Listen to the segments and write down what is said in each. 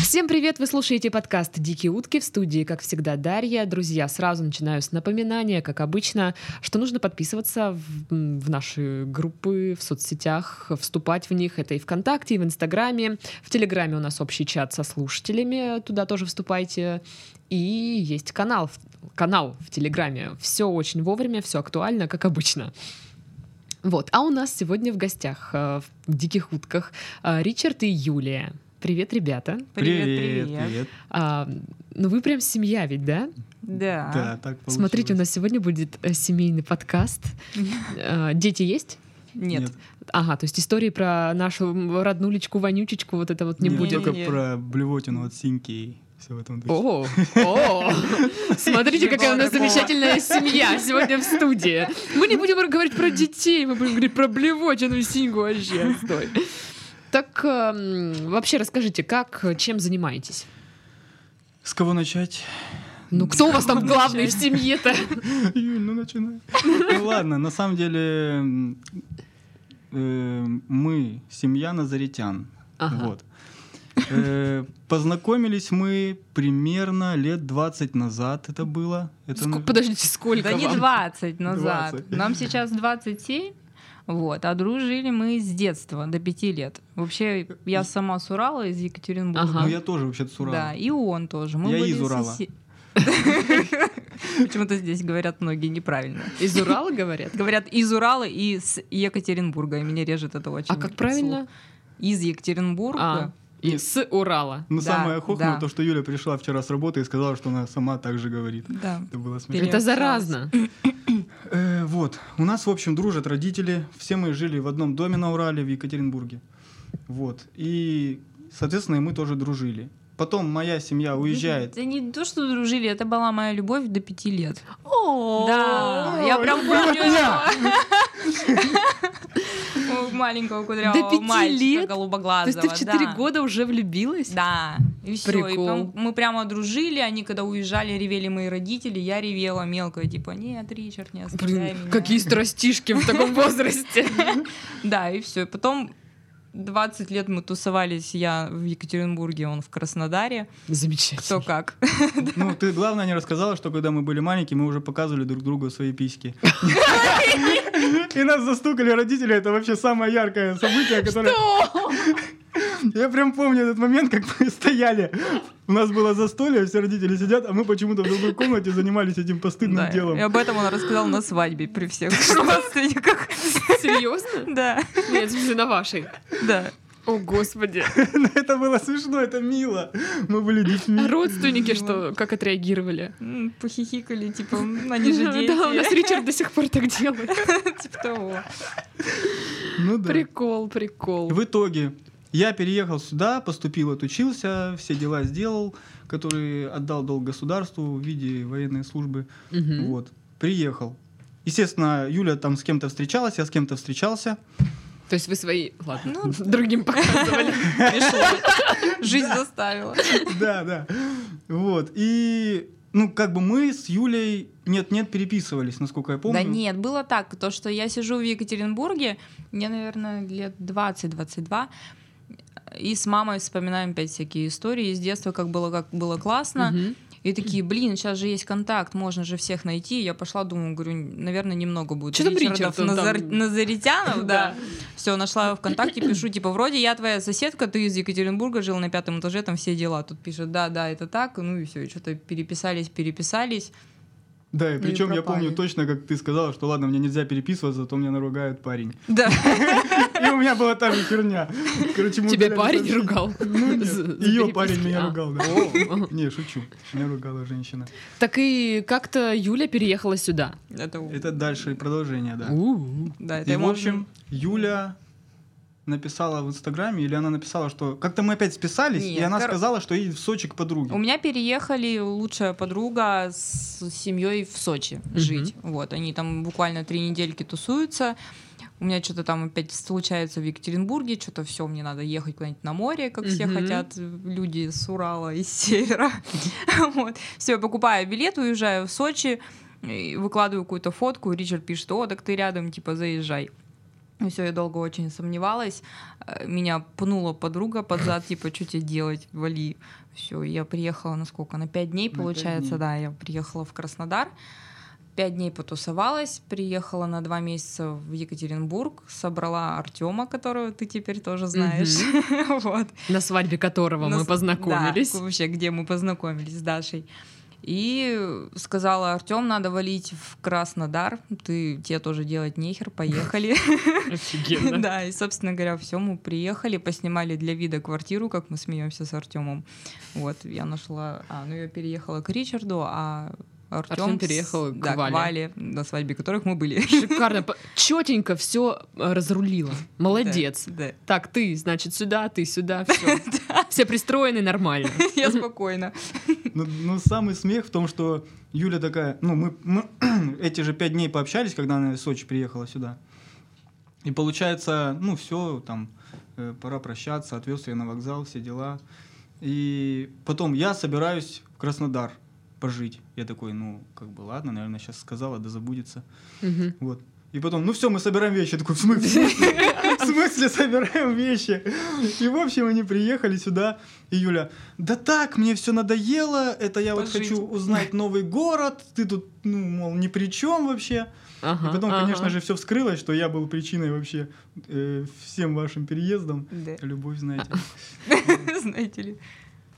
Всем привет! Вы слушаете подкаст «Дикие утки» в студии, как всегда, Дарья. Друзья, сразу начинаю с напоминания, как обычно, что нужно подписываться в, м, в наши группы в соцсетях, вступать в них. Это и ВКонтакте, и в Инстаграме. В Телеграме у нас общий чат со слушателями, туда тоже вступайте. И есть канал, в- канал в Телеграме. Все очень вовремя, все актуально, как обычно. Вот, а у нас сегодня в гостях э, в «Диких утках» э, Ричард и Юлия. Привет, ребята. Привет, привет. А, ну вы прям семья ведь, да? Да, Да. так получилось. Смотрите, у нас сегодня будет э, семейный подкаст. Э, Дети есть? Нет. Ага, то есть истории про нашу м, роднулечку, вонючечку, вот это вот не Нет, будет. Только Не-не-не. про блевотину от синьки и все в этом духе. О, о, смотрите, какая у нас Такого. замечательная семья сегодня в студии. Мы не будем говорить про детей, мы будем говорить про блевотину и синьку вообще. Стой. Так эм, вообще расскажите, как, э, чем занимаетесь? С кого начать? Ну кто у вас там главный в семье-то? Юль, ну начинай. Ну ладно, на самом деле м, э, мы семья назаритян. Ага. Вот. Э, Познакомились мы примерно лет 20 назад это было. Это, Ск- ну, Подождите, сколько Да не вам? 20 назад. 20. Нам сейчас 27. Вот, а дружили мы с детства, до пяти лет. Вообще, я сама с Урала, из Екатеринбурга. Ага. Ну я тоже вообще с Урала. Да, и он тоже. Мы Я были из Урала. соси- Почему-то здесь говорят многие неправильно. Из Урала говорят? Говорят из Урала и с Екатеринбурга, и меня режет это очень. А как правильно? слух. Из А, Екатеринбурга. и с Урала. Но Да, Ну, самое хохнуло да. то, что Юля пришла вчера с работы и сказала, что она сама так же говорит. Да. Это было смешно. Пере- Это заразно. Э, вот. У нас, в общем, дружат родители. Все мы жили в одном доме на Урале, в Екатеринбурге. Вот. И, соответственно, и мы тоже дружили. Потом моя семья уезжает. Да не то, что дружили, это была моя любовь до пяти лет. Да, Да. я прям помню этого. У маленького До кудрявого пяти мальчика лет? голубоглазого. То есть ты в 4 да. года уже влюбилась? Да, и все. Прикол. мы прямо дружили, они когда уезжали, ревели мои родители, я ревела мелкая, типа, нет, Ричард, не оставляй Блин, меня». какие страстишки в таком возрасте. Да, и все. Потом 20 лет мы тусовались, я в Екатеринбурге, он в Краснодаре, кто Замечательно. как. Ну, ты, главное, не рассказала, что когда мы были маленькие, мы уже показывали друг другу свои письки. И нас застукали родители. Это вообще самое яркое событие, которое... Я прям помню этот момент, как мы стояли. У нас было застолье, все родители сидят, а мы почему-то в другой комнате занимались этим Да, постыдным делом. И об этом он рассказал на свадьбе при всех родственниках. Серьезно? Да, Нет, в смысле, на вашей. да. О, господи. Ну, это было смешно, это мило. Мы были А детьми. родственники что, как отреагировали? М, Похихикали, типа, «М, они же Да, у нас дети. Ричард до сих пор так делает. Типа того. Ну да. Прикол, прикол. В итоге я переехал сюда, поступил, отучился, все дела сделал, которые отдал долг государству в виде военной службы. Мгм. Вот. Приехал. Естественно, Юля там с кем-то встречалась, я с кем-то встречался. То есть вы свои... Ладно, Ну, другим показывали. Жизнь заставила. Да, да. Вот. И, ну, как бы мы с Юлей нет-нет переписывались, насколько я помню. Да нет, было так, то, что я сижу в Екатеринбурге, мне, наверное, лет 20-22, и с мамой вспоминаем опять всякие истории из детства, как было, как было классно. Мгм. И такие, блин, сейчас же есть контакт, можно же всех найти. Я пошла, думаю, говорю, наверное, немного будет Чё там Ричард, Ричардов, он там- Назар- Назаритянов, да. Все, нашла его ВКонтакте, пишу, типа, вроде я твоя соседка, ты из Екатеринбурга жил на пятом этаже, там все дела. Тут пишет, да, да, это так, ну и все, и что-то переписались, переписались. Да, и Ну и причем я пропали. помню точно, как ты сказала, что ладно, мне нельзя переписываться, а то меня наругает парень. Да. И у меня была та же херня. Короче, мы Тебя удаляли парень сообщение. ругал? За- за Ее переписки? Ну, парень меня А. ругал, да. О. Не, шучу. Меня ругала женщина. Так и как-то Юля переехала сюда. Это, Это дальше продолжение, да. У-у. да, это И, в можно- общем, Юля написала в Инстаграме, или она написала, что... Как-то мы опять списались, и Нет, она кор- сказала, что едет в Сочи к У подруге. меня переехали лучшая подруга с семьей в Сочи жить. Вот, они там буквально три недельки тусуются. У меня что-то там опять случается в Екатеринбурге, что-то все, мне надо ехать куда-нибудь на море, как все Мгм. хотят э, люди с Урала и с севера. Вот. Все, я покупаю билет, уезжаю в Сочи, и выкладываю какую-то фотку, и Ричард пишет, о, так ты рядом, типа, заезжай. И все, я долго очень сомневалась. Э, Меня пнула подруга под зад, типа, что тебе делать, вали. Все, я приехала на сколько? На пять дней, На пять получается, дней. да, я приехала в Краснодар. Пять дней потусовалась, приехала на два месяца в Екатеринбург, собрала Артема, которого ты теперь тоже знаешь. Вот. на свадьбе которого На мы с- познакомились. Да, вообще, где мы познакомились с Дашей. И сказала, Артем, надо валить в Краснодар, ты, тебе тоже делать нехер, поехали. Офигенно. Да, и, собственно говоря, все, мы приехали, поснимали для вида квартиру, как мы смеемся с Артемом. Вот, я нашла, а, ну я переехала к Ричарду, а Артем, Артём переехал к да, Вале. на свадьбе которых мы были. Шикарно. Четенько все разрулила. э, Молодец. Да, Так, ты, значит, сюда, ты сюда, все. Все пристроены нормально. да. я спокойно. Ну, ну, самый смех в том, что Юля такая, ну, мы, мы эти же пять дней пообщались, когда она из Сочи приехала сюда. И получается, ну, все, там, э, пора прощаться, отвез ее на вокзал, все дела. И потом я собираюсь в Краснодар пожить. Я такой, ну, как бы, ладно, наверное, сейчас сказала, да забудется. Мгм. Вот. И потом, ну все, мы собираем вещи. Я такой, в смысле? В смысле собираем вещи? И в общем, они приехали сюда, и Юля, да так, мне все надоело, это я вот Пожить. хочу узнать новый город, ты тут, ну, мол, ни при чем вообще. И Ага, потом, ага. конечно же, все вскрылось, что я был причиной вообще э, всем вашим переездом. Да. Любовь, знаете. Знаете ли.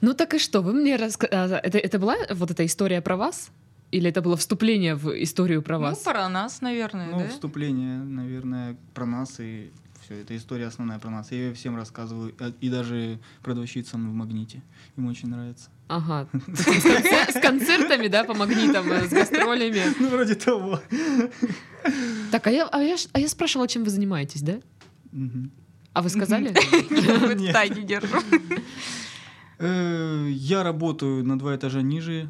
Ну так и что, вы мне рассказали... Это, это была вот эта история про вас? Или это было вступление в историю про Ну, вас? про нас, наверное, Ну, А, да? вступление, наверное, про нас и все. Это история основная про нас. Я ее всем рассказываю, а- и даже продавщицам в магните. Им очень нравится. Ага. С, конце- с концертами, да, по магнитам, э, с гастролями. Ну, вроде того. Так, а я, а, я, ж- а я спрашивала, чем вы занимаетесь, да? Мгм. А вы сказали? Вот Нет. так и держу. Э, Я работаю на два этажа ниже.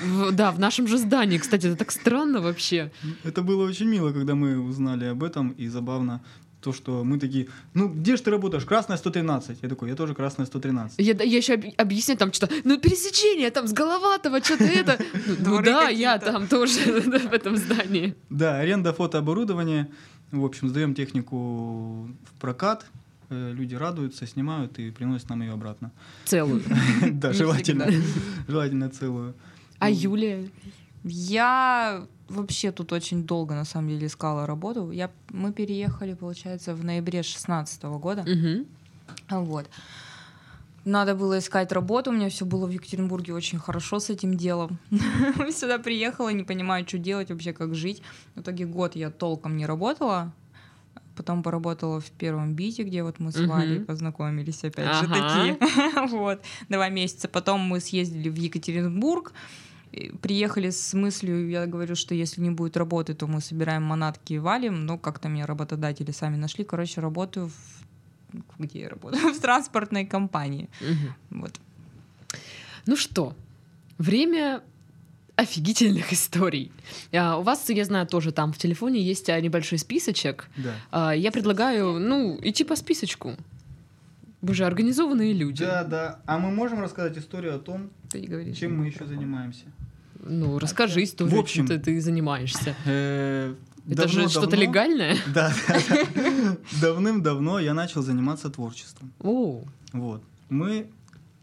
В- да, в нашем же здании, кстати, это так странно вообще. Это было очень мило, когда мы узнали об этом, и забавно то, что мы такие, ну где же ты работаешь? Красная 113. Я такой, я тоже красная 113. Я, еще объясняю там что-то, ну пересечение там с Головатого, что-то это. Ну, Ну Дворы да, я какие-то. там тоже да, в этом здании. Да, аренда фотооборудования. В общем, сдаем технику в прокат. Э, Люди радуются, снимают и приносят нам ее обратно. Целую. Да, желательно. Навсегда. Желательно целую. А Ну, Юлия? Я вообще тут очень долго, на самом деле, искала работу. Я, мы переехали, получается, в ноябре 16 года. Мгм. А Вот. Надо было искать работу, у меня все было в Екатеринбурге очень хорошо с этим делом. Сюда приехала, не понимаю, что делать вообще, как жить. В итоге год я толком не работала, потом поработала в первом бите, где вот мы с Мгм. Валей познакомились, опять же Ага. таки. вот, два месяца. Потом мы съездили в Екатеринбург, и приехали с мыслью, я говорю, что если не будет работы, то мы собираем манатки и валим, но как-то меня работодатели сами нашли. Короче, работаю в где я работаю, в транспортной компании. Мгм. Вот. Ну что, время офигительных историй. А, у вас, я знаю, тоже там в телефоне есть а, небольшой списочек. Да. А, я предлагаю, ну, идти по списочку. Вы же организованные люди. Да, да. А мы можем рассказать историю о том, Ты не говоришь. чем мы еще занимаемся? Ну, расскажи историю, В общем- чем ты, ты занимаешься. Это Это же что-то легальное? Э, Да, да, да. Давным-давно я начал заниматься творчеством. О, Вот. Мы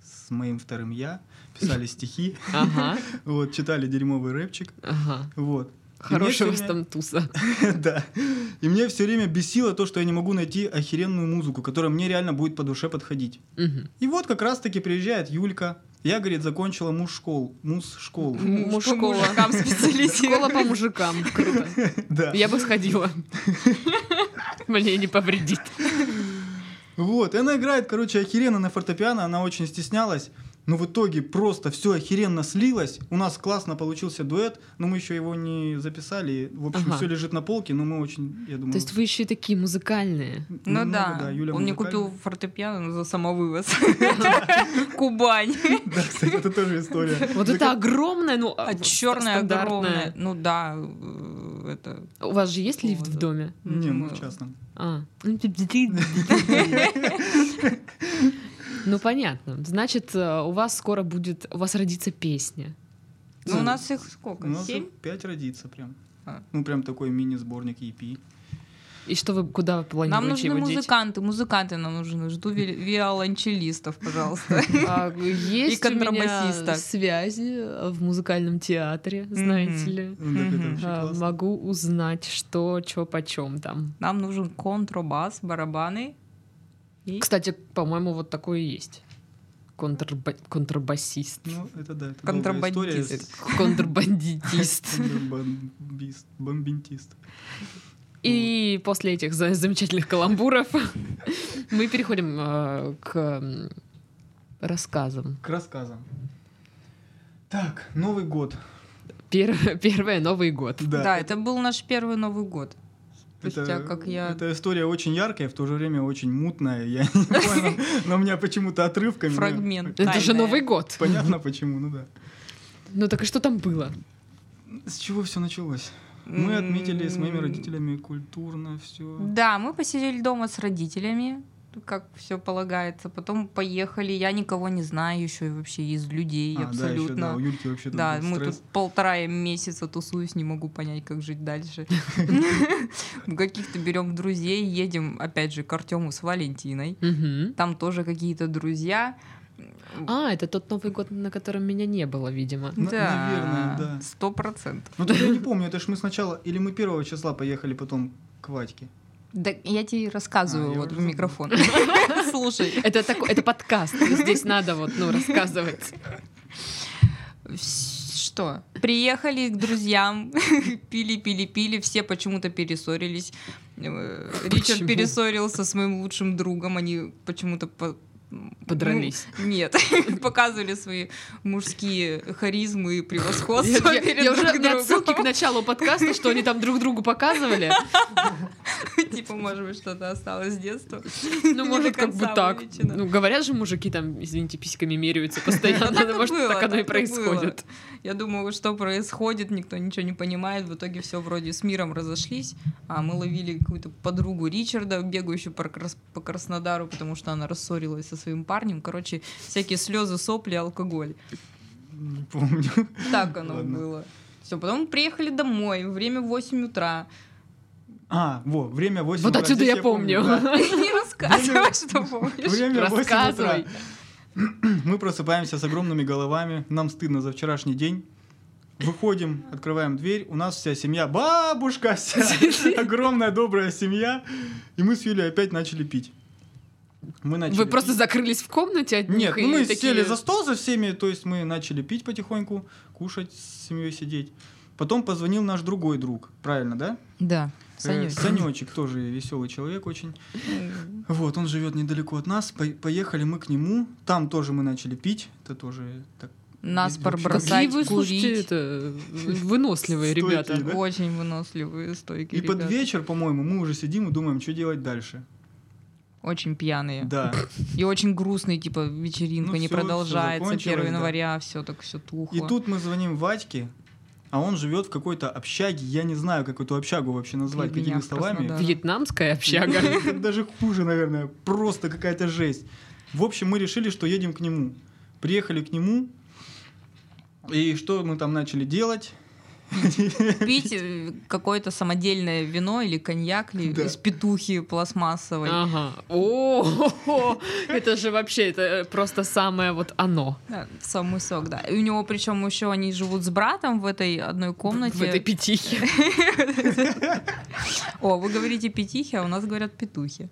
с моим вторым я писали стихи, ага, вот, читали дерьмовый рэпчик. ага. Вот. Хорошая у вас там сегодня- туса. да. И мне все время бесило то, что я не могу найти охеренную музыку, которая мне реально будет по душе подходить. Мгм. И вот как раз-таки приезжает Юлька. Я, говорит, закончила муж школу. Муз школу. Муж по Мужшкола. мужикам специализирует. Школа по мужикам. Круто. Да. Я бы сходила. Мне не повредит. Вот, и она играет, короче, охеренно на фортепиано, она очень стеснялась. Но в итоге просто все охеренно слилось. У нас классно получился дуэт, но мы еще его не записали. В общем, Ага. все лежит на полке, но мы очень, я думаю... То есть вы еще и такие музыкальные. Ну немного, да, Юля он мне музыкальная. купил фортепиано за самовывоз. Кубань. Да, кстати, это тоже история. Вот Да это как- огромное, ну, А ст- черная стандартное. огромная. Ну да, э, это... У вас же есть лифт в Вот. доме? Не, мы ну, в частном. А. типа, Ну, понятно. Значит, э, у вас скоро будет... У вас родится песня. Ну у нас их сколько? У нас Семь? их пять родится прям. E А. Ну, прям такой мини-сборник EP. И что вы, куда вы планируете Нам нужны его деть? музыканты, музыканты нам нужны. Жду ви- виолончелистов, пожалуйста. А, есть у меня контрабасиста. связи в музыкальном театре, знаете Мгм. ли. Ну, так это Мгм. вообще А, классно. могу узнать, что, чё, почем там. Нам нужен контрабас, барабаны. И- Кстати, по-моему, вот такое и есть. Контрба- контрабасист. Ну, это да, это долгая история. Контрабандист. Э, Контрабандитист. Контрабандист, бомбинтист. И после этих за- замечательных каламбуров мы переходим э, к м, рассказам. К рассказам. Так, Новый год. Пер- Первое Новый год. Да, Да, это был наш первый Новый год. Спустя как я... эта история очень яркая, в то же время очень мутная. Я не понял, но у меня почему-то отрывками... Фрагмент. Это же Тайная. Новый год. Понятно почему, ну да. Ну так и что там было? С чего все началось? Мы М, отметили с моими родителями культурно все. Да, мы посидели дома с родителями, как все полагается. Потом поехали. Я никого не знаю еще и вообще из людей А, Да, еще, да, у абсолютно. Юльки вообще Да, там был мы стресс. тут полтора месяца тусуюсь, не могу понять, как жить дальше. Каких-то берем друзей, едем опять же к Артему с Валентиной. Мгм. Там тоже какие-то друзья. А, это тот Новый год, на котором меня не было, видимо. На- Ну, наверное, да. Сто процентов. Ну, тут я не помню, это ж мы сначала... Или мы первого числа поехали потом к Вадьке. Да, я тебе и рассказываю А, я вот уже в забыл. микрофон. Слушай, Это, тако- это подкаст, здесь надо вот, ну, рассказывать. Вс- Что? Приехали к друзьям, пили, пили, пили, все почему-то перессорились. Э, Ричард Почему? перессорился с моим лучшим другом, они почему-то по- ну, Подрались. нет, показывали свои мужские харизмы и превосходство Я, я- перед я уже друг на отсылке к другом. началу подкаста, что они там друг другу показывали. Типа, может быть, что-то осталось с детства. Ну, Не может, до как бы конца так. вылечено. Ну, говорят же, мужики там, извините, письками меряются Ну, постоянно. так и Может, было, так оно и так и было. происходит. Я думаю, что происходит, никто ничего не понимает. В итоге все вроде с миром разошлись. А мы ловили какую-то подругу Ричарда, бегающую по, Крас- по Краснодару, потому что она рассорилась со своим парнем. Короче, всякие слезы, сопли, алкоголь. Не помню. Так оно Ладно. было. Все, потом мы приехали домой, время 8 утра. А, во, время 8 Вот утра. отсюда Здесь я помню. да. Не рассказывай, что помнишь. Время 8 утра. Рассказывай. Мы просыпаемся с огромными головами, нам стыдно за вчерашний день. Выходим, открываем дверь, у нас вся семья, бабушка вся, огромная добрая семья, и мы с Юлей опять начали пить. Мы начали Вы просто пить. закрылись в комнате от Нет, них ну и мы такие- сели за стол за всеми, то есть мы начали пить потихоньку, кушать с семьей сидеть. Потом позвонил наш другой друг, правильно, да? Да, Э, Санёк. Санечек тоже веселый человек очень. Вот, он живет недалеко от нас. По- поехали мы к нему. Там тоже мы начали пить. Это тоже так. Нас Какие вы, Какие пробросать, вы, слушайте, курить. это, выносливые Стойкие, ребята. да? Очень выносливые, И стойкие под ребята. вечер, по-моему, мы уже сидим и думаем, что делать дальше. Очень пьяные. Да. И очень грустный, типа, вечеринка Ну, не всё, всё продолжается, 1 закончилось, да. января, все так все тухло. И тут мы звоним Вадьке, а он живет в какой-то общаге. Я не знаю, как эту общагу вообще назвать, Для меня какими в словами. Краснодаре. Вьетнамская общага. Даже хуже, наверное. Просто какая-то жесть. В общем, мы решили, что едем к нему. Приехали к нему. И что мы там начали делать? Пить э, какое-то самодельное вино или коньяк или Да. А. из петухи пластмассовой. Ага. О, это же вообще это просто самое вот оно Да, самый сок, да. И у него причем еще они живут с братом в этой одной комнате. в этой пятихе. О, вы говорите петихи, а у нас говорят петухи.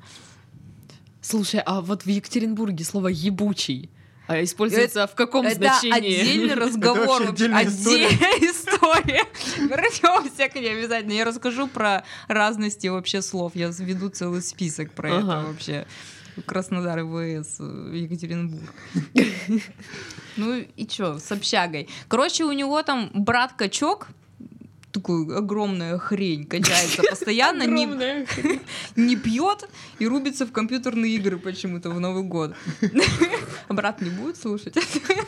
Слушай, а вот в Екатеринбурге слово ебучий а, используется в каком Это значении? отдельный разговор. вообще вообще, отдельная отдельная история. Вернемся к ней обязательно. Я расскажу про разности вообще слов. Я введу целый список про Ага. это вообще. Краснодар, ВС, Екатеринбург. Ну и чё, с общагой. Короче, у него там брат-качок, такой огромная хрень качается постоянно, не, Огромная. не пьет и рубится в компьютерные игры почему-то в Новый год. Брат не будет слушать.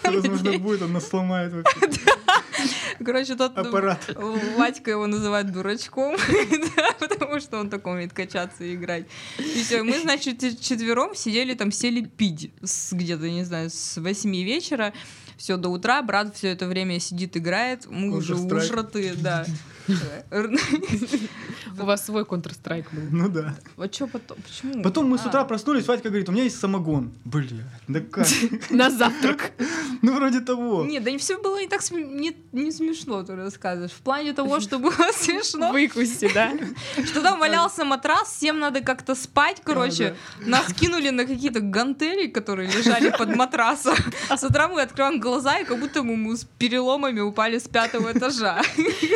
Возможно, будет, он нас сломает вообще. Короче, тот ну, аппарат. Вадька его называет дурачком, да, потому что он так умеет качаться и играть. И все, мы, значит, четвером сидели там, сели пить с где-то, не знаю, с 8 вечера. все до утра, брат все это время сидит, играет, мы уже Counter-Strike. ушраты, да. У вас свой Counter-Strike был. Ну да. А что потом? Почему? Потом мы с А, утра проснулись, Вадька говорит, у меня есть самогон. Бля, да как? На завтрак. Ну вроде того. Не, да не все было не так см- не, не смешно, ты рассказываешь. В плане того, что было смешно, Выкуси, да? что там валялся матрас, всем надо как-то спать, короче. Нас кинули на какие-то гантели, которые лежали под матрасом. С утра мы открываем глаза, и как будто мы- мы с переломами упали с пятого этажа.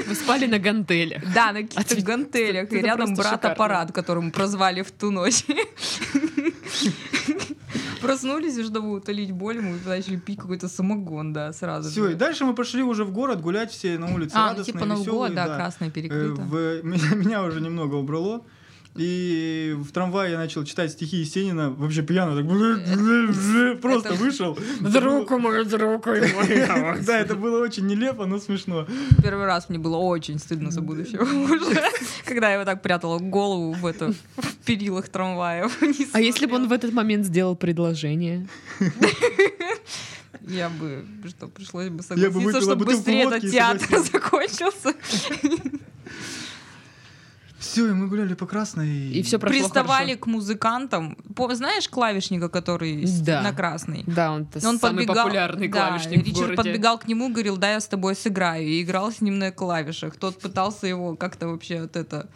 Вы спали на гантелях. Да, на каких-то Отлично. гантелях. И Это рядом просто шикарно. брат-аппарат, которому прозвали в ту ночь. Проснулись, и чтобы утолить боль, мы начали пить какой-то самогон, да, сразу. Все, и же. дальше мы пошли уже в город гулять все на улице. А, ну радостные, типа Новый весёлые, год, да, да. красное Э, перекрыто. в- меня, меня уже немного убрало. И в трамвае я начал читать стихи Есенина, вообще пьяно, так просто Это- вышел. мой, друг мой. Да, это было очень нелепо, но смешно. Первый раз мне было очень стыдно за будущего мужа, когда я вот так прятала голову в это в перилах трамваев. Не А если бы он смотрела. в этот момент сделал предложение? Я бы, что, пришлось бы согласиться, Я бы выпила чтобы бутылку быстрее водки этот и театр согласилась. закончился. Все, и мы гуляли по красной. И все прошло Приставали к музыкантам. По- знаешь клавишника, который с- Да. на красный? хорошо. Да, он, Он самый подбегал- популярный да, клавишник в Ричард городе. подбегал к нему, говорил, да, я с тобой сыграю, и играл с ним на клавишах. Тот пытался его как-то вообще вот это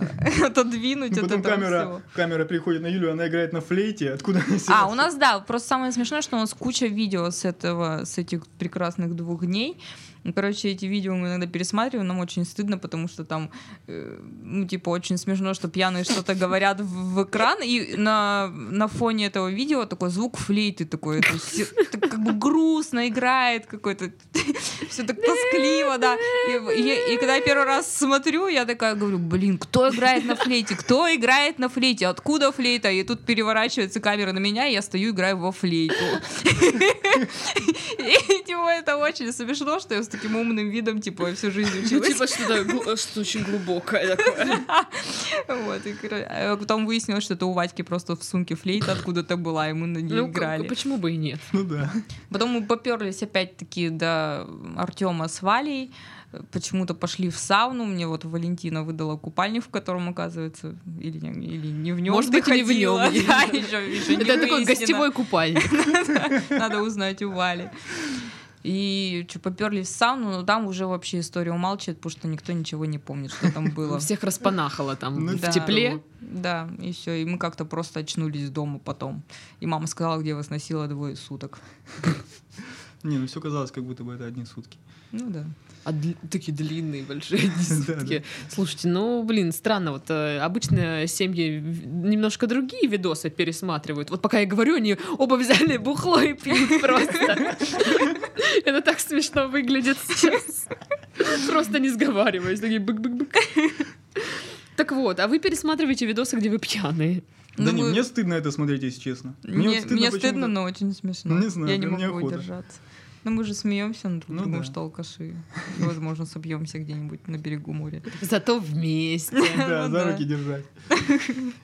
э, отодвинуть Ну, от Потом этого камера, всего. камера приходит на Юлю, она играет на флейте. Откуда она А, взялась? у нас, да, просто самое смешное, что у нас куча видео с этого, с этих прекрасных двух дней. Ну, Короче, эти видео мы иногда пересматриваем, нам очень стыдно, потому что там, э, ну, типа, очень смешно, что пьяные что-то говорят в, в экран, и на, на фоне этого видео такой звук флейты такой, это все- так как бы грустно играет какой-то, все так тоскливо, да. И, и- и когда я первый раз смотрю, я такая говорю, блин, кто играет на флейте, кто играет на флейте, откуда флейта? И тут переворачивается камера на меня, и я стою, играю во флейту. И типа, это очень смешно, что я с таким умным видом, типа, всю жизнь училась. Ну, что-то очень глубокое Вот, и, короче, а потом выяснилось, что это у Вадьки просто в сумке флейта откуда-то была, и мы на ней Ну, играли. к- почему бы и нет? Ну да. Потом мы поперлись опять-таки до Артема с Валей. Э, Почему-то пошли в сауну. Мне вот Валентина выдала купальник, в котором, оказывается, или не, или не в нем. Может быть, и не в нем. Да, еще, еще не Это такой выяснено. гостевой купальник. Надо узнать у Вали. И что, поперлись в сауну, но там уже вообще история умалчивает, потому что никто ничего не помнит, что там было. Всех распанахало там Ну, в да. тепле. Да, и все. И мы как-то просто очнулись дома потом. И мама сказала, где вас носила двое суток. Не, ну все казалось, как будто бы это одни сутки. Ну да. А дли- такие длинные, большие Да, диски. Слушайте, ну, блин, странно. Вот э, обычно семьи в- немножко другие видосы пересматривают. Вот пока я говорю, они оба взяли бухло и пьют просто. Это так смешно выглядит сейчас. Просто не сговариваясь. Такие бык-бык-бык. Так вот, а вы пересматриваете видосы, где вы пьяные. Да Ну, не, мы- мне стыдно это смотреть, если честно. Мне, вот мне стыдно, почему-то. но очень смешно. Не знаю, я не да могу мне охота. удержаться. Но мы же смеемся над друг Ну другом, да. что алкаши. И, возможно, собьемся где-нибудь на берегу моря. Зато вместе. Да, Ну за да. руки держать.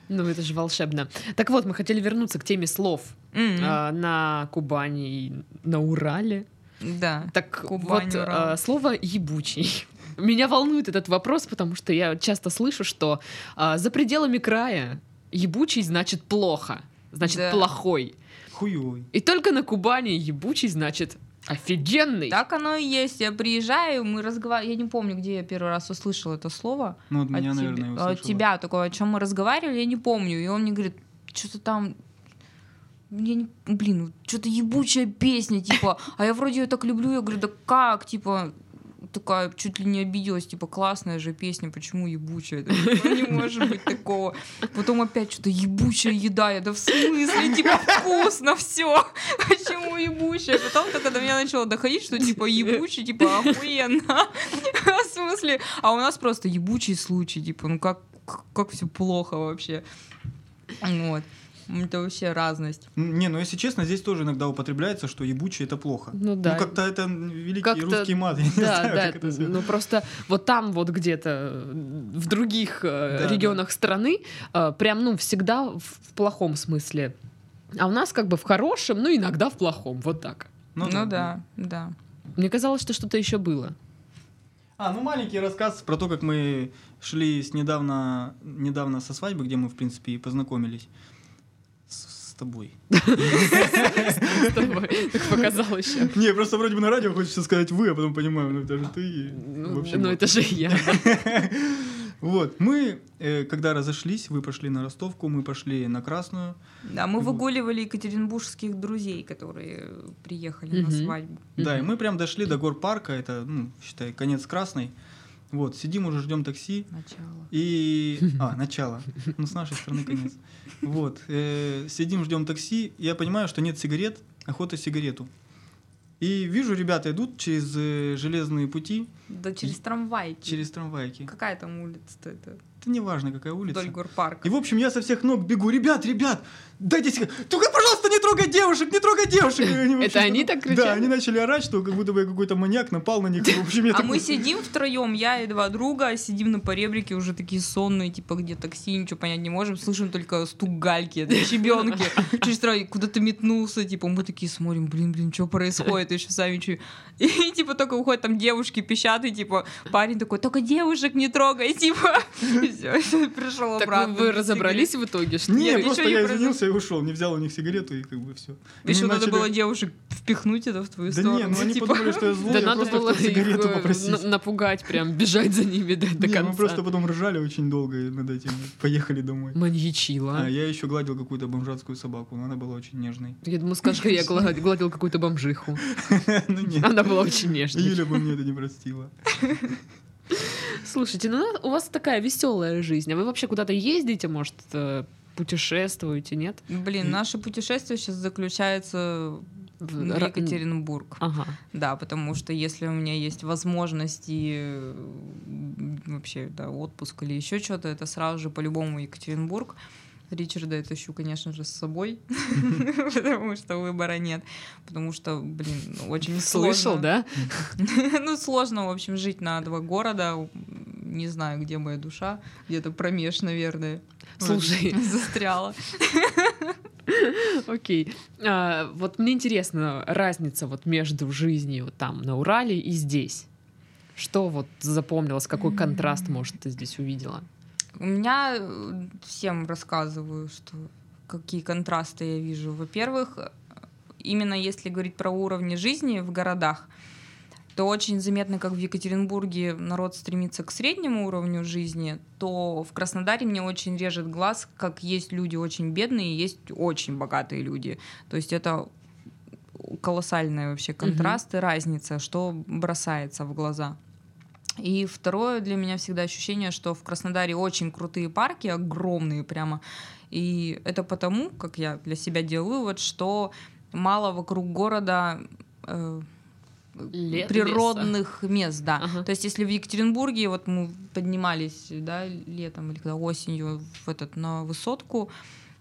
Ну, это же волшебно. Так вот, мы хотели вернуться к теме слов М, а, на Кубани и на Урале. Да. Так Кубань, вот, Урал. а, слово «ебучий». Меня волнует этот вопрос, потому что я часто слышу, что а, за пределами края «ебучий» значит «плохо», значит Да. «плохой». Хуёвый. И только на Кубани «ебучий» значит «офигенный». Так оно и есть. Я приезжаю, мы разговариваем. Я не помню, где я первый раз услышала это слово. Ну, от меня, от, тебе- А наверное, и от услышала. тебя такое, о чем мы разговаривали, я не помню. И он мне говорит, что-то там. Я не... Блин, что-то ебучая песня, типа. А я вроде ее так люблю. Я говорю, да как? Типа, такая чуть ли не обиделась, типа, классная же песня, почему ебучая? Я такая, «Ну, Не может быть такого. Потом опять что-то ебучая еда. Я, да в смысле, типа, вкусно все. Почему ебучая? Потом только до меня начало доходить, что типа ебучий, типа, охуенно. В смысле? А у нас просто ебучий случай, типа, ну как, как все плохо вообще. Вот. Это вообще разность. М, Не, ну если честно, здесь тоже иногда употребляется, что ебучий это плохо. Ну да. Ну как-то это великий Как-то- русский мат, я не Да, знаю, да, как это всё. ну просто вот там вот где-то м, в других э, Да, регионах страны э, прям, ну, всегда в в плохом смысле. А у нас как бы в хорошем, ну, иногда в плохом, вот так. Ну, да, да. Мне казалось, что что-то еще было. А, ну маленький рассказ про то, как мы шли с недавно, недавно со свадьбы, где мы, в принципе, и познакомились с, с тобой. С тобой. Так показал еще. Не, просто вроде бы на радио хочется сказать вы, а потом понимаю, ну это же ты. Ну, в общем, ну, вот. это же я. Вот, мы, э, когда разошлись, вы пошли на Ростовку, мы пошли на Красную. Да, мы Вот. выгуливали екатеринбургских друзей, которые э, приехали на Мгм. свадьбу. Да, и Мгм. мы прям дошли до гор парка, это, ну, считай, конец Красной. Вот, сидим уже, ждем такси. Начало. И... А, начало. Ну, с нашей стороны конец. Вот. э, сидим, ждем такси. Я понимаю, что нет сигарет, охота сигарету. И вижу, ребята идут через э, железные пути, Да через трамвай. через трамвайки. Какая там улица-то это? Это не важно, какая улица. Вдоль горпарка. И, в общем, я со всех ног бегу. Ребят, ребят, дайте сига- Только, пожалуйста, не трогай девушек, не трогай девушек. И они, в Это общем, они так кричали? Да, они начали орать, что как будто бы я какой-то маньяк напал на них. В общем, я А такой- мы сидим втроем, я и два друга, сидим на поребрике, уже такие сонные, типа, где такси, ничего понять не можем, слышим только стук гальки, это щебенки, через траву куда-то метнулся, типа, мы такие смотрим, блин, блин, что происходит, еще сами чую. И, типа, только уходят там девушки, пищаты, типа, парень такой, только девушек не трогай, типа, И всё, пришел Так обратно. вы- вы разобрались в итоге, что Не, Нет, просто ничего не я произошло. извинился и ушел. Не взял у них сигарету и как бы все. Еще надо было девушек впихнуть это в твою Да сторону. не, ну они типа. подумали, что я злой, Да я надо просто было хотел их сигарету э, попросить. на- напугать, прям бежать за ними до, до Не, конца. мы просто потом ржали очень долго над этим. Поехали Ну, домой. Маньячила. А, я еще гладил какую-то бомжатскую собаку, но она была очень нежной. Я думаю, скажешь, что я гла- гладил какую-то бомжиху. Ну нет, Она была очень нежной. Юля бы мне это не простила. Слушайте, ну у вас такая веселая жизнь. А вы вообще куда-то ездите, может, э, путешествуете, нет? Блин, наше путешествие сейчас заключается В- в ра- Екатеринбург. Ага. Да, потому что если у меня есть возможность и э, вообще да, отпуск или еще что-то, это сразу же по-любому Екатеринбург. Ричарда я тащу, конечно же, с собой, потому что выбора нет. Потому что, блин, очень сложно. Слышал, да? Ну, сложно, в общем, жить на два города. Не знаю, где моя душа. Где-то промеж, наверное, Слушай, застряла. окей. А, Вот мне интересно разница вот между жизнью там на Урале и здесь. Что вот запомнилось, какой контраст, может, ты здесь увидела? У меня э, всем рассказываю, что какие контрасты я вижу. Во-первых, э, именно если говорить про уровни жизни в городах, то очень заметно, как в Екатеринбурге народ стремится к среднему уровню жизни, то в Краснодаре мне очень режет глаз, как есть люди очень бедные и есть очень богатые люди. То есть это колоссальный вообще контраст и разница, что бросается в глаза. И второе для меня всегда ощущение, что в Краснодаре очень крутые парки, огромные прямо. И это потому, как я для себя делаю вывод, что мало вокруг города э, Ле- природных мест, да. Ага. То есть, если в Екатеринбурге, вот мы поднимались, да, летом или когда осенью в этот, на высотку,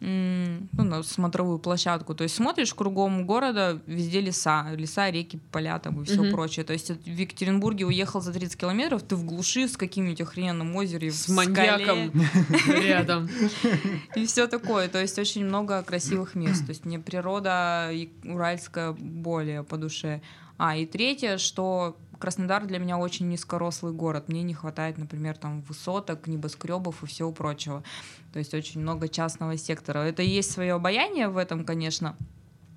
м, ну, на смотровую площадку. То есть смотришь кругом города, везде леса, леса, реки, поля там и все Мгм. прочее. То есть от- в Екатеринбурге уехал за 30 километров, ты в глуши с каким-нибудь охрененным озером, С в скале маньяком рядом. и все такое. То есть очень много красивых мест. То есть мне природа и уральская более по душе. А, и третье, что Краснодар для меня очень низкорослый город. Мне не хватает, например, там высоток, небоскребов и всего прочего. То есть очень много частного сектора. Это и есть свое обаяние в этом, конечно.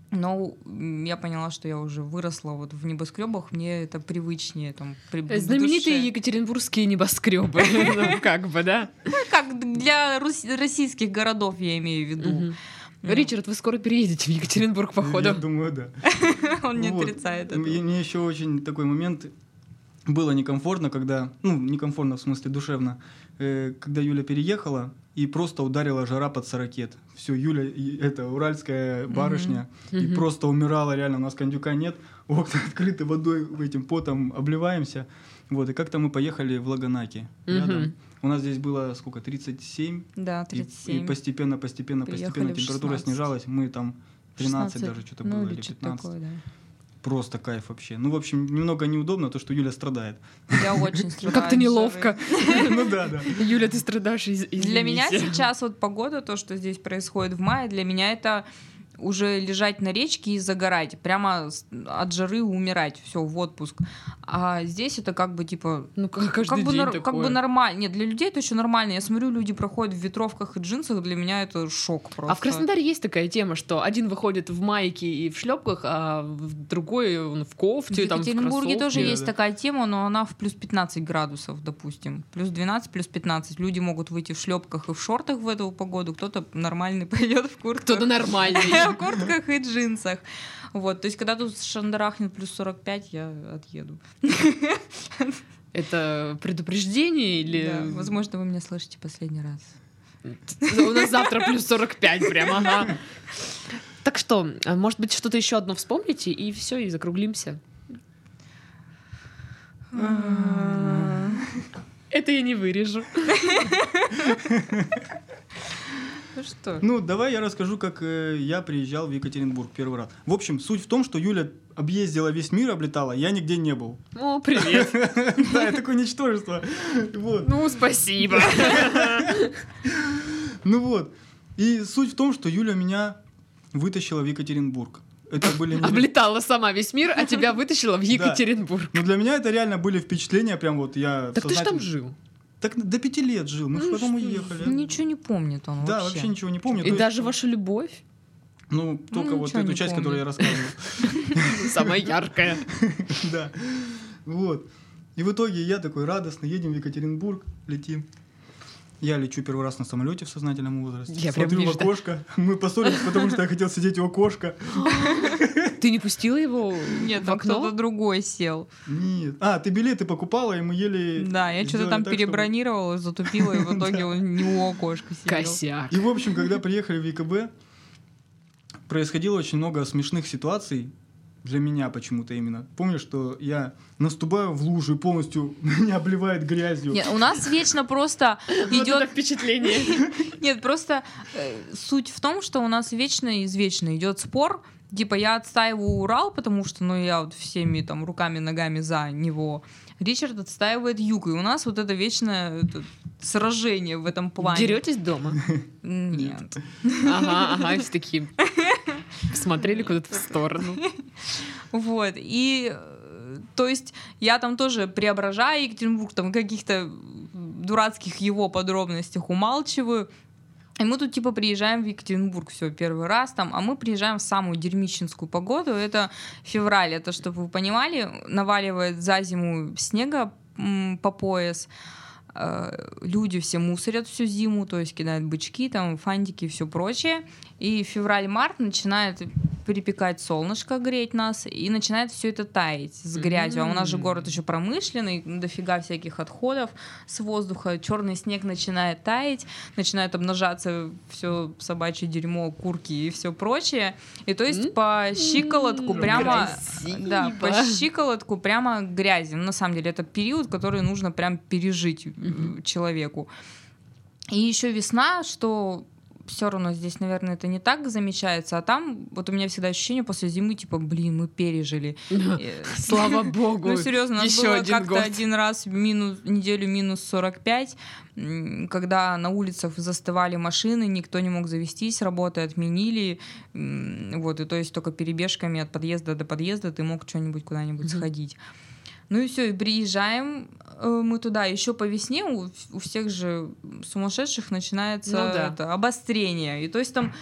Но м, я поняла, что я уже выросла вот в небоскребах, мне это привычнее там. при- в Знаменитые душе. екатеринбургские небоскребы, Ну, как бы, да? как для рус- российских городов я имею в виду. Мгм. Ну. Ричард, вы скоро переедете в Екатеринбург, Ну, Я походу. думаю, да. Он не Вот. отрицает М- Ну, этого. и Мне еще очень такой момент было некомфортно, когда, ну, некомфортно в смысле душевно, э, когда Юля переехала и просто ударила жара под сорокет. Все, Юля, и- это уральская барышня, и Мгм. просто умирала реально, у нас кондюка нет, окна открыты водой, этим потом обливаемся. Вот, и как-то мы поехали в Лаганаки. рядом. Мгм. У нас здесь было сколько, 37? Да, И- 37. И, постепенно, постепенно, Приехали постепенно в температура 16. снижалась, мы там 13 даже что-то ну, было, или или что-то 15. такое, Просто кайф вообще. Ну, в общем, немного неудобно то, что Юля страдает. да. Я очень Ну, страдаю. Как-то от неловко. жары. Ну да, да. Юля, ты страдаешь, из- Для меня извините. сейчас вот погода, то, что здесь происходит в мае, для меня это уже лежать на речке и загорать, прямо с- от жары умирать, все, в отпуск. А здесь это как бы типа... Ну, как каждый как бы, день нор- такое. как бы нормально. Нет, для людей это еще нормально. Я смотрю, люди проходят в ветровках и джинсах, для меня это шок просто. А в Краснодаре есть такая тема, что один выходит в майке и в шлепках, а в- другой он в В кофте, там, в Екатеринбурге тоже кроссовке, есть да. такая тема, но она в плюс 15 градусов, допустим. Плюс 12, плюс 15. Люди могут выйти в шлепках и в шортах в эту погоду. Кто-то нормальный пойдет в куртках. Кто-то нормальный. в куртках и джинсах. Вот, то есть, когда тут шандарахнет плюс 45, я отъеду. Это предупреждение или... Да, возможно, вы меня слышите последний раз. У нас завтра плюс 45 прямо, ага. Так что, а, может быть, что-то еще одно вспомните, и все, и закруглимся. А. Это я не вырежу. Ну что? Ну, давай я расскажу, как э, я приезжал в Екатеринбург первый раз. В общем, суть в том, что Юля объездила весь мир, облетала, я нигде не был. О, привет. Да, я такое ничтожество. Вот. Ну, спасибо. Ну вот. И суть в том, что Юля меня вытащила в Екатеринбург. Это были неверо- Облетала сама весь мир, а тебя вытащила в Екатеринбург. Ну, для меня это реально были впечатления, прям вот я... Так ты же там сознательно- жил. Так до пяти лет жил, мы же Ну, потом что- уехали. Ничего не помнит он Да, вообще ничего не помню. И То есть, даже ваша любовь Ну, только вот ничего эту не часть, помню. которую я рассказывал. самая яркая. Да. Вот. И в итоге я такой радостно едем в Екатеринбург, летим. Я лечу первый раз на самолете в сознательном возрасте. Я прям Смотрю не в жда- окошко. Мы поссорились, потому что я хотел сидеть у окошка. Ты не пустила его Нет, в там кто-то окно? другой сел. Нет. А, ты билеты покупала, и мы ели... Да, я что-то сделали там так, чтобы- перебронировала, затупила, и в итоге он не у окошка сидел. Косяк. И, в общем, когда приехали в ЕКБ, происходило очень много смешных ситуаций. Для меня почему-то именно. Помню, что я наступаю в лужу и полностью меня обливает грязью. Нет, у нас вечно просто Вот это идет... впечатление. Нет, просто э, суть в том, что у нас вечно и извечно идет спор. Типа я отстаиваю Урал, потому что, ну, я вот всеми там руками, ногами за него. Ричард отстаивает Юг, и у нас вот это вечное это, сражение в этом плане. Деретесь дома? Нет. Ага, ага, и все такие смотрели куда-то в сторону. Вот, и э, то есть я там тоже преображаю Екатеринбург, там каких-то дурацких его подробностях умалчиваю. И мы тут типа приезжаем в Екатеринбург все первый раз там, а мы приезжаем в самую дерьмищенскую погоду, это февраль, это чтобы вы понимали, наваливает за зиму снега м, по пояс, Э, люди все мусорят всю зиму, то есть кидают бычки, там фантики и все прочее, и февраль-март начинает перепекать солнышко, греть нас, и начинает все это таять с грязью. А у нас же М. город еще промышленный, дофига всяких отходов с воздуха. Черный снег начинает таять, начинает обнажаться все собачье дерьмо, курки и все прочее. И то есть М. по щиколотку М, прямо... красиво. Да, по щиколотку прямо грязи. Ну, на самом деле, это период, который нужно прям пережить э, Мгм. человеку. И еще весна, что все равно здесь, наверное, это не так замечается, а там вот у меня всегда ощущение после зимы, типа, блин, мы пережили. Э, Слава богу. ну, серьезно, у нас еще было один как-то год. один раз в минус, неделю минус 45, м, когда на улицах застывали машины, никто не мог завестись, работы отменили, м, вот, и то есть только перебежками от подъезда до подъезда ты мог что-нибудь куда-нибудь Мгм. сходить. Ну и все, и приезжаем э, мы туда. Еще по весне у, у всех же сумасшедших начинается Ну да. это, обострение. И то есть там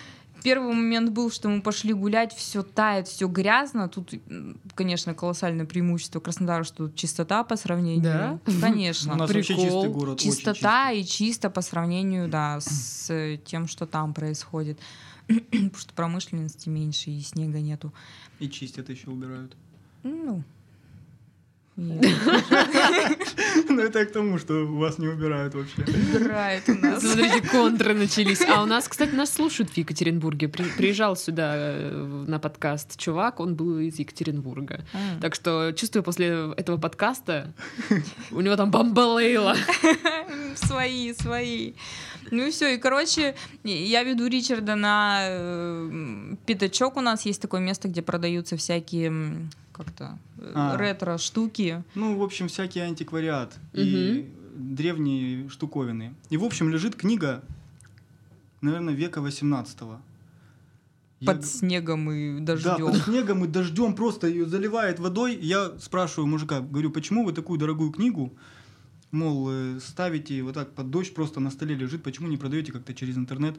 Первый момент был, что мы пошли гулять, все тает, все грязно. Тут, м, конечно, колоссальное преимущество Краснодара, что тут чистота по сравнению. Да? У Конечно. нас вообще Прикол. чистый город. очень Чистота и чисто по сравнению, да, с э, тем, что там происходит. Потому что промышленности меньше и снега нету. чистый. И чистят еще убирают. Ну. и Ну это я к тому, что вас не убирают вообще. Убирает у нас. Смотрите, контры начались. А у нас, кстати, нас слушают в Екатеринбурге. При- приезжал сюда э, на подкаст чувак, он был из Екатеринбурга. М. Так что чувствую, после этого подкаста у него там бомбалейла. Свои, свои. Ну и все. И, короче, я веду Ричарда на э, пятачок. У нас есть такое место, где продаются всякие м, как-то э, А. ретро-штуки. Ну, в общем, всякий антиквариат и древние штуковины. И, в общем, лежит книга, наверное, века 18 под снегом и Да, дождем. под снегом и дождем просто ее заливает водой. Я спрашиваю мужика, говорю, почему вы такую дорогую книгу, мол, э, ставите вот так под дождь, просто на столе лежит, почему не продаете как-то через интернет?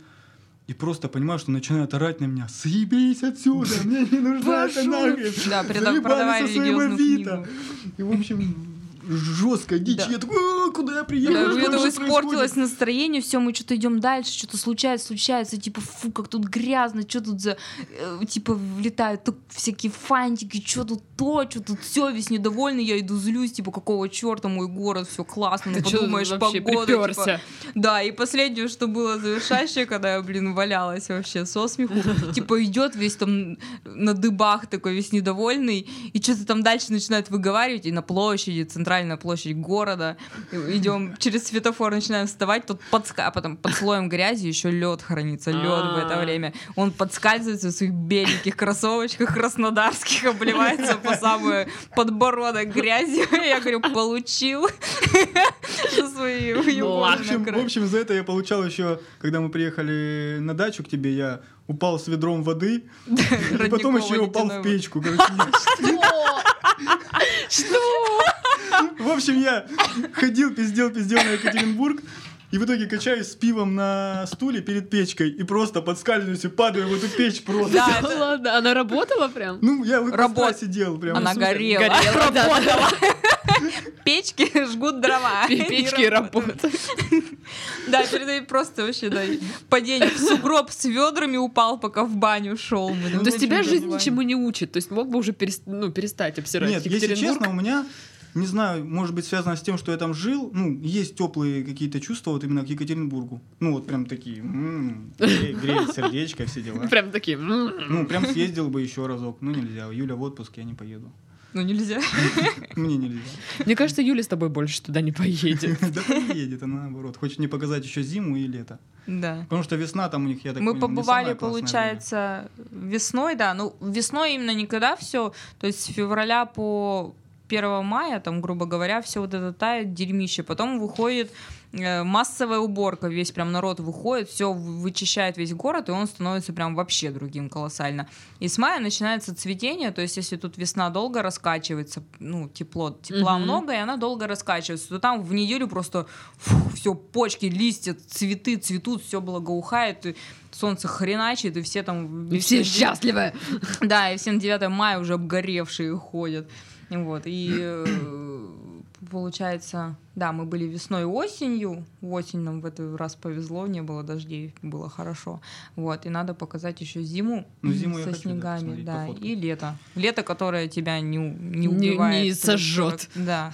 И просто понимаю, что начинает орать на меня, съебись отсюда, мне не нужна эта Пошёл. нахрен. Да, преда- Заебали продавая со своим религиозную Авито». книгу. И, в общем, жестко, дичь. Да. Я такой, «А, куда я Да, приехал? у Что этого вообще испортилось происходит?» настроение, все, мы что-то идем дальше, что-то случается, случается, типа, фу, как тут грязно, что тут за, э, типа, влетают тут всякие фантики, что тут то, что тут все, весь недовольный, я иду злюсь, типа, какого черта мой город, все классно, ну Ты чё подумаешь, вообще погода, типа, припёрся? Да, и последнее, что было завершающее, когда я, блин, валялась вообще со смеху. Типа идет весь там на дыбах такой весь недовольный, и что-то там дальше начинает выговаривать, и на площади, центральная площадь города, идем через светофор, начинаем вставать, тут подска... а потом под слоем грязи еще лед хранится, лед в это А. время. Он подскальзывается в своих беленьких кроссовочках краснодарских, обливается по самую подбородок грязью. Я говорю, получил. За свои В Ну, уебаны общем, в накрыл. общем, за это я получал еще, когда мы приехали на дачу к тебе, я упал с ведром воды, и потом Родникового еще и упал в ледяного. печку. короче, В общем, я ходил, пиздел, пиздел на Екатеринбург. И в итоге качаюсь с пивом на стуле перед печкой и просто подскальзываюсь и падаю в эту печь просто. Да, Да это- ладно, она работала прям? Ну, я в экстазе Работ- сидел прям. Она Слушай, горела. Горела, да, Работала. Печки жгут дрова. Пе- Печки И работают. работают. Да, перед просто вообще, да, и падение. В сугроб с ведрами упал, пока в баню шел. Мы То Ну, там есть очень тебя жизнь переживали. ничему не учит. То есть мог бы уже перес- ну, перестать обсирать Нет, если Екатеринбург. честно, у меня, не знаю, может быть, связано с тем, что я там жил, ну, есть теплые какие-то чувства вот именно к Екатеринбургу. Ну, вот прям такие, м, гре- греет сердечко, все дела. Прям такие. «М-м-м». м. Ну, прям съездил бы еще разок, ну нельзя. Юля в отпуске, я не поеду. Ну нельзя. Мне нельзя. Мне кажется, Юля с тобой больше туда не поедет. Да поедет, она наоборот. Хочет мне показать еще зиму и лето. Да. Потому что весна там у них, я так Мы понял, не побывали, самое классное получается, весной, да. Ну, весной именно никогда все. То есть с февраля по 1 мая, там, грубо говоря, все вот это тает дерьмище. Потом выходит э, массовая уборка, весь прям народ выходит, все вычищает весь город, и он становится прям вообще другим колоссально. И с мая начинается цветение, то есть если тут весна долго раскачивается, ну, тепло, тепла Мгм. много, и она долго раскачивается, то там в неделю просто все почки, листья, цветы цветут, все благоухает, и солнце хреначит, и все там... Ну, И все счастливы. Да, и все на 9 мая уже обгоревшие ходят. Вот, и э, получается, да, мы были весной и осенью. Осень нам в этот раз повезло, не было дождей, было хорошо. Вот, и надо показать еще зиму Ну, зиму я со хочу, да, снегами, посмотреть, да, пофоткать. и лето. Лето, которое тебя не, у- Не- не убивает. не сожжет. Да.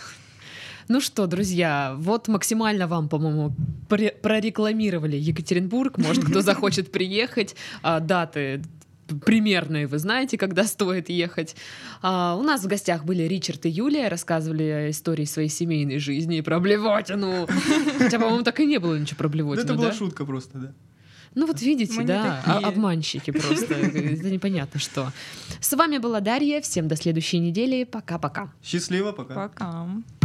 Ну что, друзья, вот максимально вам, по-моему, пре- прорекламировали Екатеринбург. Может, кто захочет приехать. А, даты примерные вы знаете, когда стоит ехать. А, у нас в гостях были Ричард и Юлия, рассказывали истории своей семейной жизни и про блевотину. Хотя, по-моему, так и не было ничего про время. блевотину, Да Ну, это была да? шутка просто, да. Ну вот видите, Мы не да, такие. а- обманщики просто. Это непонятно что. С вами была Дарья. Всем до следующей недели. Пока-пока. Счастливо, пока. Пока.